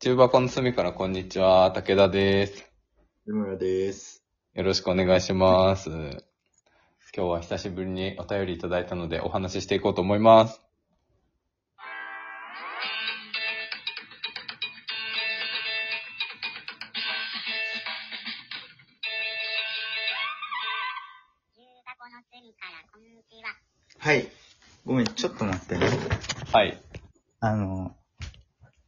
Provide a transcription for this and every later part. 中箱の隅からこんにちは、武田です。井村です。よろしくお願いします。今日は久しぶりにお便りいただいたのでお話ししていこうと思います。ゆうたこの隅からこんにちは。はい。ごめん、ちょっと待ってね。はい。あの、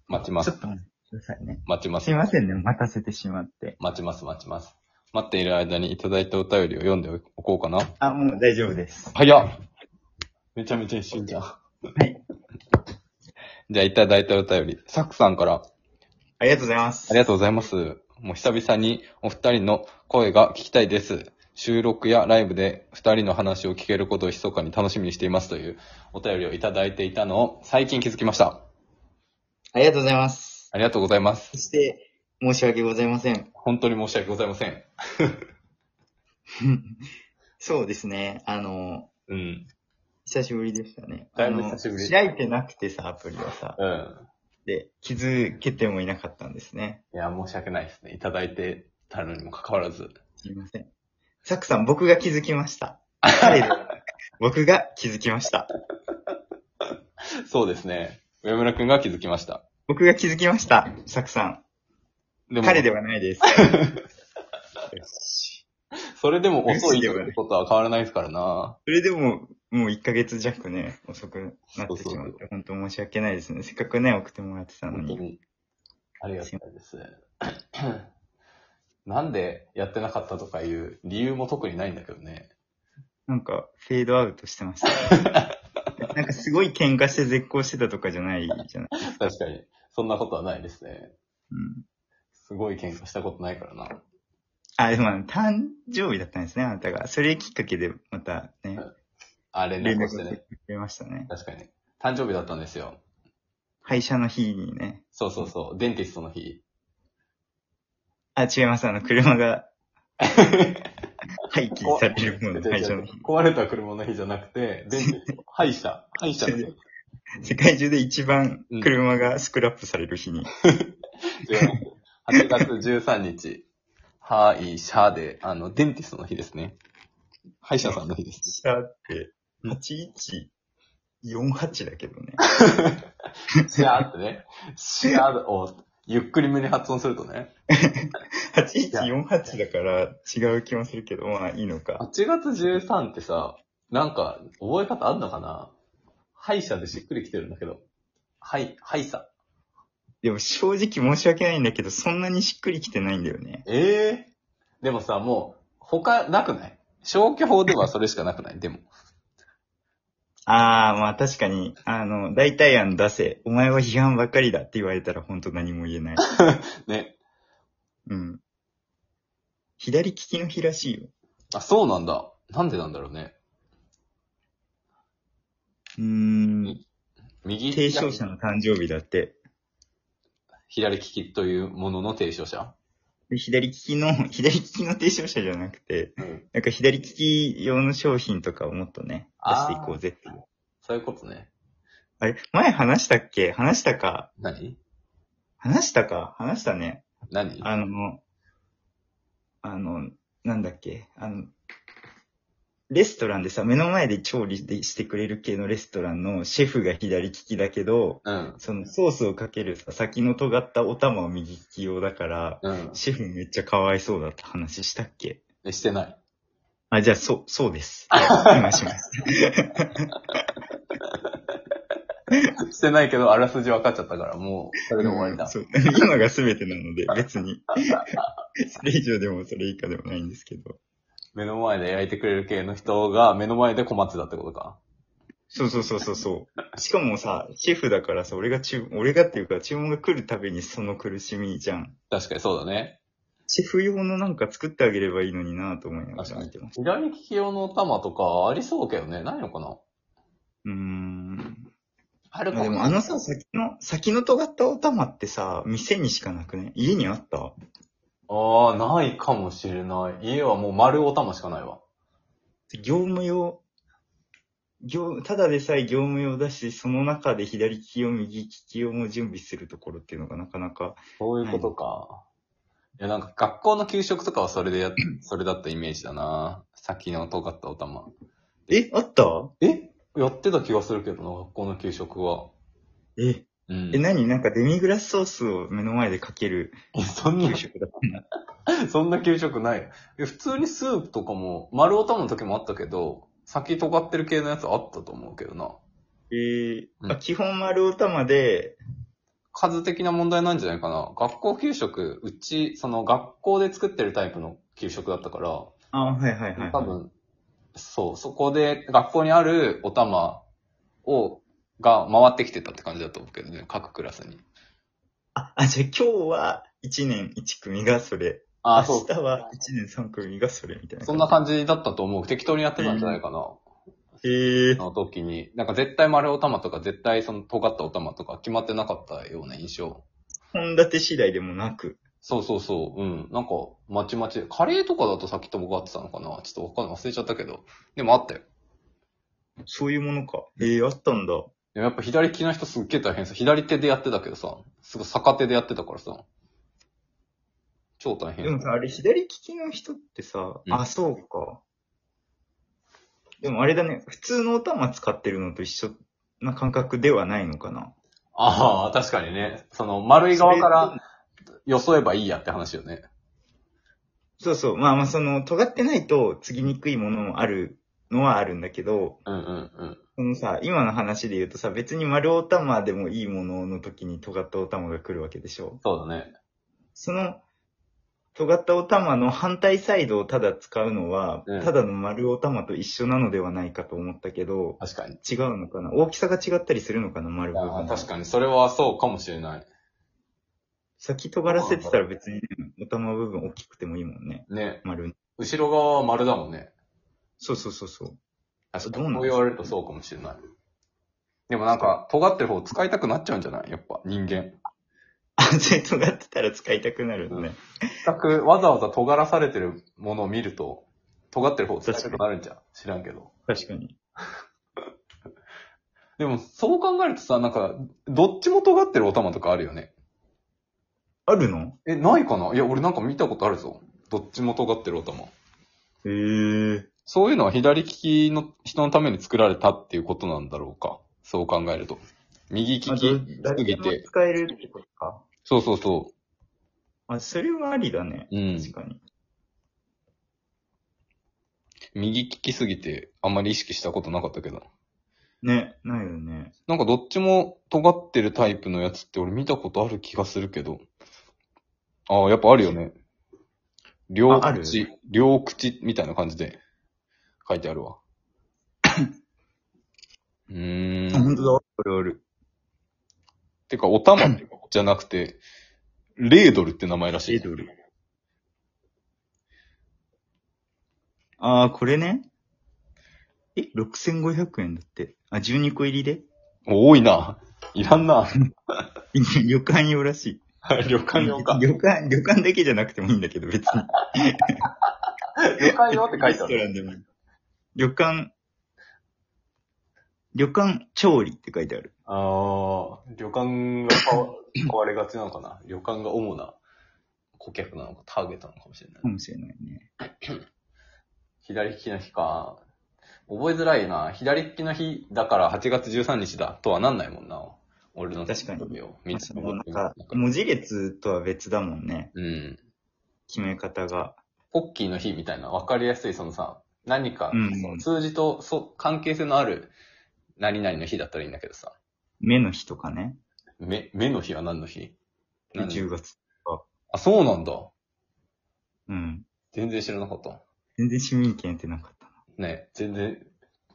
待ちまちょすっ。と待ってくださいね。待ちますすい。ませんね、待たせてしまって。待ちます、待ちます。待っている間にいただいたお便りを読んでおこうかな。あ、もう大丈夫です。早っめちゃめちゃ一瞬じゃん。はい。じゃあいただいたお便り。サクさんからありがとうございます。ありがとうございます。もう久々にお二人の声が聞きたいです。収録やライブで二人の話を聞けることを密かに楽しみにしていますというお便りをいただいていたのを最近気づきました。ありがとうございます。ありがとうございます。そして、申し訳ございません。本当に申し訳ございません。そうですね、あの、うん。久しぶりでしたね。だいあぶの久しぶり開いてなくてさ、アプリをさ。うん。で、気づけてもいなかったんですね。いや、申し訳ないですね。いただいてたのにもかかわらず。すいません。サクさん、僕が気づきました。彼ではなく僕が気づきました。そうですね。上村くんが気づきました。僕が気づきました。サクさん。でも、彼ではな いです。それでも遅いってことは変わらないですからな。それでも、もう1ヶ月弱ね、遅くなってしまそうそうっそて、本当申し訳ないですね。せっかくね、送ってもらってたの本当に。に。ありがたいで す。なんでやってなかったとかいう理由も特にないんだけどね。なんか、フェードアウトしてました、 ね。なんかすごい喧嘩して絶好してたとかじゃないじゃない。確かに。そんなことはないですね。うん。すごい喧嘩したことないからな。あ、でもあの、誕生日だったんですね、あなたが。それきっかけで、またね、あ、連連絡絡をしてをね。くれましたね。確かに。誕生日だったんですよ。廃車の日にね。そうそうそう。デンティストの 日。あ、違います、あの、車が廃棄されるもの、廃車 の日。壊れた車の日じゃなくて、デンティスト。廃車。廃車の日。違う世界中で一番車がスクラップされる日に。 8月13日。はい、シャーで、あの、デンティストの日ですね。歯医者さんの日です。したって、8148だけどね。シャーってね。シャーをゆっくりめに発音するとね。 8148だから違う気もするけど、まあいいのか。 8月13ってさ、なんか覚え方あんのかな歯医者でしっくりきてるんだけど。はい、歯医者。でも正直申し訳ないんだけど、そんなにしっくりきてないんだよね。ええでもさ、もう、他なくない消去法ではそれしかなくないでも。ああ、まあ確かに、あの、代替案出せ。お前は批判ばっかりだって言われたら本当何も言えない。ね。うん。左利きの日らしいよ。あ、そうなんだ。なんでなんだろうね。うーん。右提唱者の誕生日だって。左利きというものの提唱者。で左利きの、左利きの提唱者じゃなくて、うんなんか左利き用の商品とかをもっとね、出していこうぜっていう。あそういうことね。れ前話したっけ話したか何話したか話したね。何あの、あの、なんだっけあの、レストランでさ、目の前で調理でしてくれる系のレストランのシェフが左利きだけど、うん。そのソースをかけるさ、先の尖ったお玉は右利き用だから、うん。シェフめっちゃかわいそうだって話したっけえしてない。あ、じゃあ、そう、そうです。今します。してないけど、あらすじ分かっちゃったから、もう、それで終わりだ。そう 今が全てなの で、別に。それ以上でもそれ以下でもないんですけど。目の前で焼いてくれる系の人が、目の前で困ってたってことか。そうそうそうそうそう。しかもさ、シェフだからさ、俺が注、俺がっていうか、注文が来るたびにその苦しみじゃん。確かにそうだね。シェフ用のなんか作ってあげればいいのになぁと思いながら見てました。左利き用の玉とか、ありそうけどね。ないのかなうーん。あるかでもあのさ、先の、先の尖ったお玉ってさ、店にしかなくね家にあったああ、ないかもしれない。家はもう丸お玉しかないわ。業務用業、ただでさえ業務用だし、その中で左利きを右利き用も準備するところっていうのがなかなか、そういうことか。いや、なんか学校の給食とかはそれでや、 それだったイメージだな。先の尖ったお玉。え、あったえやってた気がするけどな、学校の給食は。え、うんえ、。何なんかデミグラスソースを目の前でかけるえ、 そんな給、食だったんだ。そんな給食ないよ。え普通にスープとかも、丸お玉の時もあったけど、先尖ってる系のやつあったと思うけどな。えーうんあ基本丸お玉で、数的な問題なんじゃないかな。学校給食、うち、その学校で作ってるタイプの給食だったから、あ、はいはいはい。多分、そう、そこで学校にあるお玉を、が回ってきてたって感じだと思うけどね、各クラスに。あ、あ、じゃあ今日は1年1組がそれ。ああ、そ明日は1年3組がそれみたいな。う。そんな感じだったと思う。適当にやってたんじゃないかな。じ。へえ の時に、なんか絶対丸お玉とか絶対その尖ったお玉とか決まってなかったような印象。本立て次第でもなく。そうそうそう、うん。なんか、まちまち。カレーとかだと先ともが合ってたのかなちょっとわかんない。忘れちゃったけど。でもあったよ。そういうものか。へえあったんだ。でもやっぱ左利きの人すっげえ大変さ。左手でやってたけどさ、すごい逆手でやってたからさ。超大変。でもさ、あれ左利きの人ってさ、うんあ、そうか。でもあれだね、普通のお玉使ってるのと一緒な感覚ではないのかな。ああ、確かにね。その、丸い側からよそえばいいやって話よね。そうそう。まあまあ、その、尖ってないと、継ぎにくいものもあるのはあるんだけど、うんうんうん。そのさ、今の話で言うとさ、別に丸お玉でもいいものの時に尖ったお玉が来るわけでしょ。そうだね。その、尖ったお玉の反対サイドをただ使うのは、うんただの丸お玉と一緒なのではないかと思ったけど、確かに。違うのかな大きさが違ったりするのかな丸おああ玉。確かに。それはそうかもしれない。先尖らせてたら別に、ね、お玉部分大きくてもいいもんね。ね。丸に。後ろ側は丸だもんね。そうそうそうそう。 確かどうに。なこんう言われるとそうかもしれない。でもなんか、尖ってる方使いたくなっちゃうんじゃないやっぱ、人間。あ、それ尖ってたら使いたくなるのね。全く、わざわざ尖らされてるものを見ると、尖ってる方使いたくなるんじゃん。知らんけど。確かに。でも、そう考えるとさ、なんか、どっちも尖ってるお玉とかあるよね。あるのえ、ないかないや、俺なんか見たことあるぞ。どっちも尖ってるお玉。へえー。そういうのは左利きの人のために作られたっていうことなんだろうか。そう考えると。右利きまあすど誰ぎでもて。使えるってことか。そうそうそあ、それはありだね。う。うん。確かに。右利きすぎて、あんまり意識したことなかったけど。ね、ないよね。なんかどっちも尖ってるタイプのやつって俺見たことある気がするけど。ああ、やっぱあるよね。両あある口、両口みたいな感じで書いてあ るわ。うーあ、ん。本当だ。あるある。てか、お玉じゃなくて、レードルって名前らしい。レードル。ああ、これね。え、6500円だって。あ、12個入りで 多いな。いらんな。 旅館用らしい。旅館用か。旅館、旅館だけじゃなくてもいいんだけど、別に。旅館用って書レいてストある。ランでもいい。旅館、旅館調理って書いてある。ああ、旅館が 買わ買われがちなのかな。旅館が主な顧客なのか、ターゲットなのかもしれないか。もしれないね。左利きの日か。覚えづらいな。左利きの日だから8月13日だとはなんないもんな。俺の確かに誕生日を見つけなんか、文字列とは別だもんね。うん。決め方が。ポッキーの日みたいな分かりやすいそのさ、何か、うんその数字とそ関係性のある何々の日だったらいいんだけどさ。目の日とかね。目、目の日は何の日何10月。あ、そうなんだ。うん。全然知らなかった。全然市民権ってなかったな。ね、全然。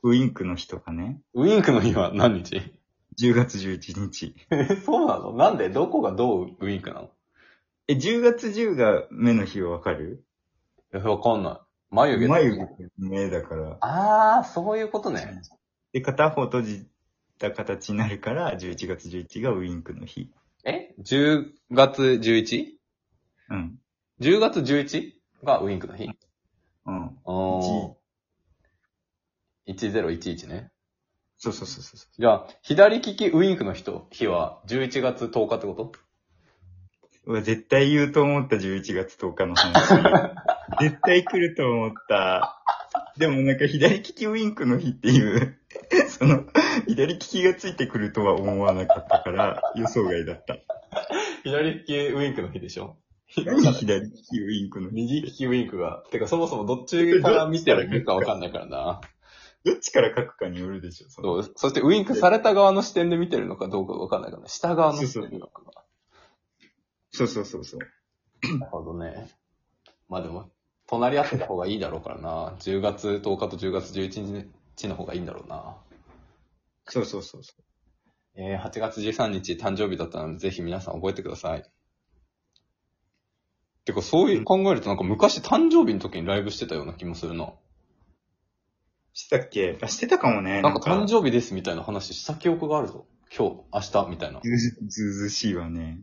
ウインクの日とかね。ウインクの日は何日10月11日。え、 そうなのなんでどこがどうウインクなのえ、10月10が目の日はわかるえ、わかんない。眉毛。眉毛が目だから。あー、そういうことね。で、片方閉じた形になるから、11月11がウインクの日。え ?10 月 11?10 うん。月 11? がウインクの日。うん。おー。1011ね。そうそうそうそうそじゃあ、左利きウインクの人、日は11月10日ってことう。うわ、絶対言うと思った11月10日 の話。絶対来ると思った。でもなんか左利きウィンクの日っていう、その、左利きがついてくるとは思わなかったから、予想外だった。左利きウインクの日でしょ何左利きウィンクの日右利きウインクが。てかそもそもどっちから見てるかわかんないからな。どっちから書くかによるでしょ、そのそう。そしてウインクされた側の視点で見てるのかどうかわかんないからね。下側の視点なのかな。そうそうそうそう。なるほどね。まあでも、隣り合ってた方がいいだろうからな。10月10日と10月11日の方がいいんだろうな。そうそうそうそう。えー、8月13日誕生日だったので、ぜひ皆さん覚えてください。てか、そういう考えるとなんか昔誕生日の時にライブしてたような気もするな。してたっけあ、してたかもね。なんか誕生日ですみたいな話した記憶があるぞ。今日、明日みたいな。ずうずずうずしいわね。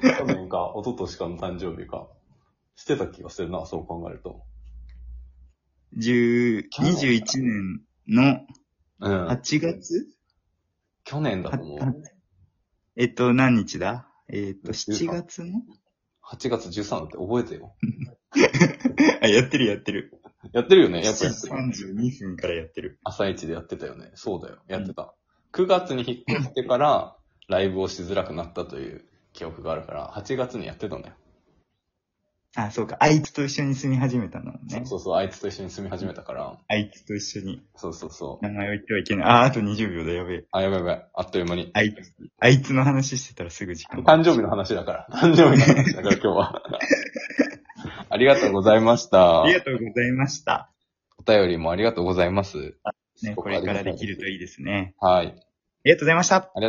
去年か、一昨年かの誕生日か。してた気がするな、そう考えると。 10 21年のうん。 8月去年だと思う。えっと、何日だえっと、7月の8月13だって覚えてよ。 あ、やってるやってる。やってるよね、やっぱやってる。 7時32分からやってる。朝一でやってたよね。そうだよ。やってた。9月に引っ越して から、ライブをしづらくなったという記憶があるから、8月にやってたんだよ。あ、そうか。あいつと一緒に住み始めたんだもんね。そうそう、あいつと一緒に住み始めたから、あいつと一緒に。そうそうそう。名前を言ってはいけない。あ、あと20秒だ、やべえ。あ、やばいやばい、あっという間に。あいつ、あいつの話してたらすぐ時間。誕生日の話だ から。誕生日の話だから今日は。ありがとうございましたあ。りがとうございました。お便りもありがとうございます。ね、すごこくあれりかがたらいできるといいですね。はい。ありがとうございました。ありがとう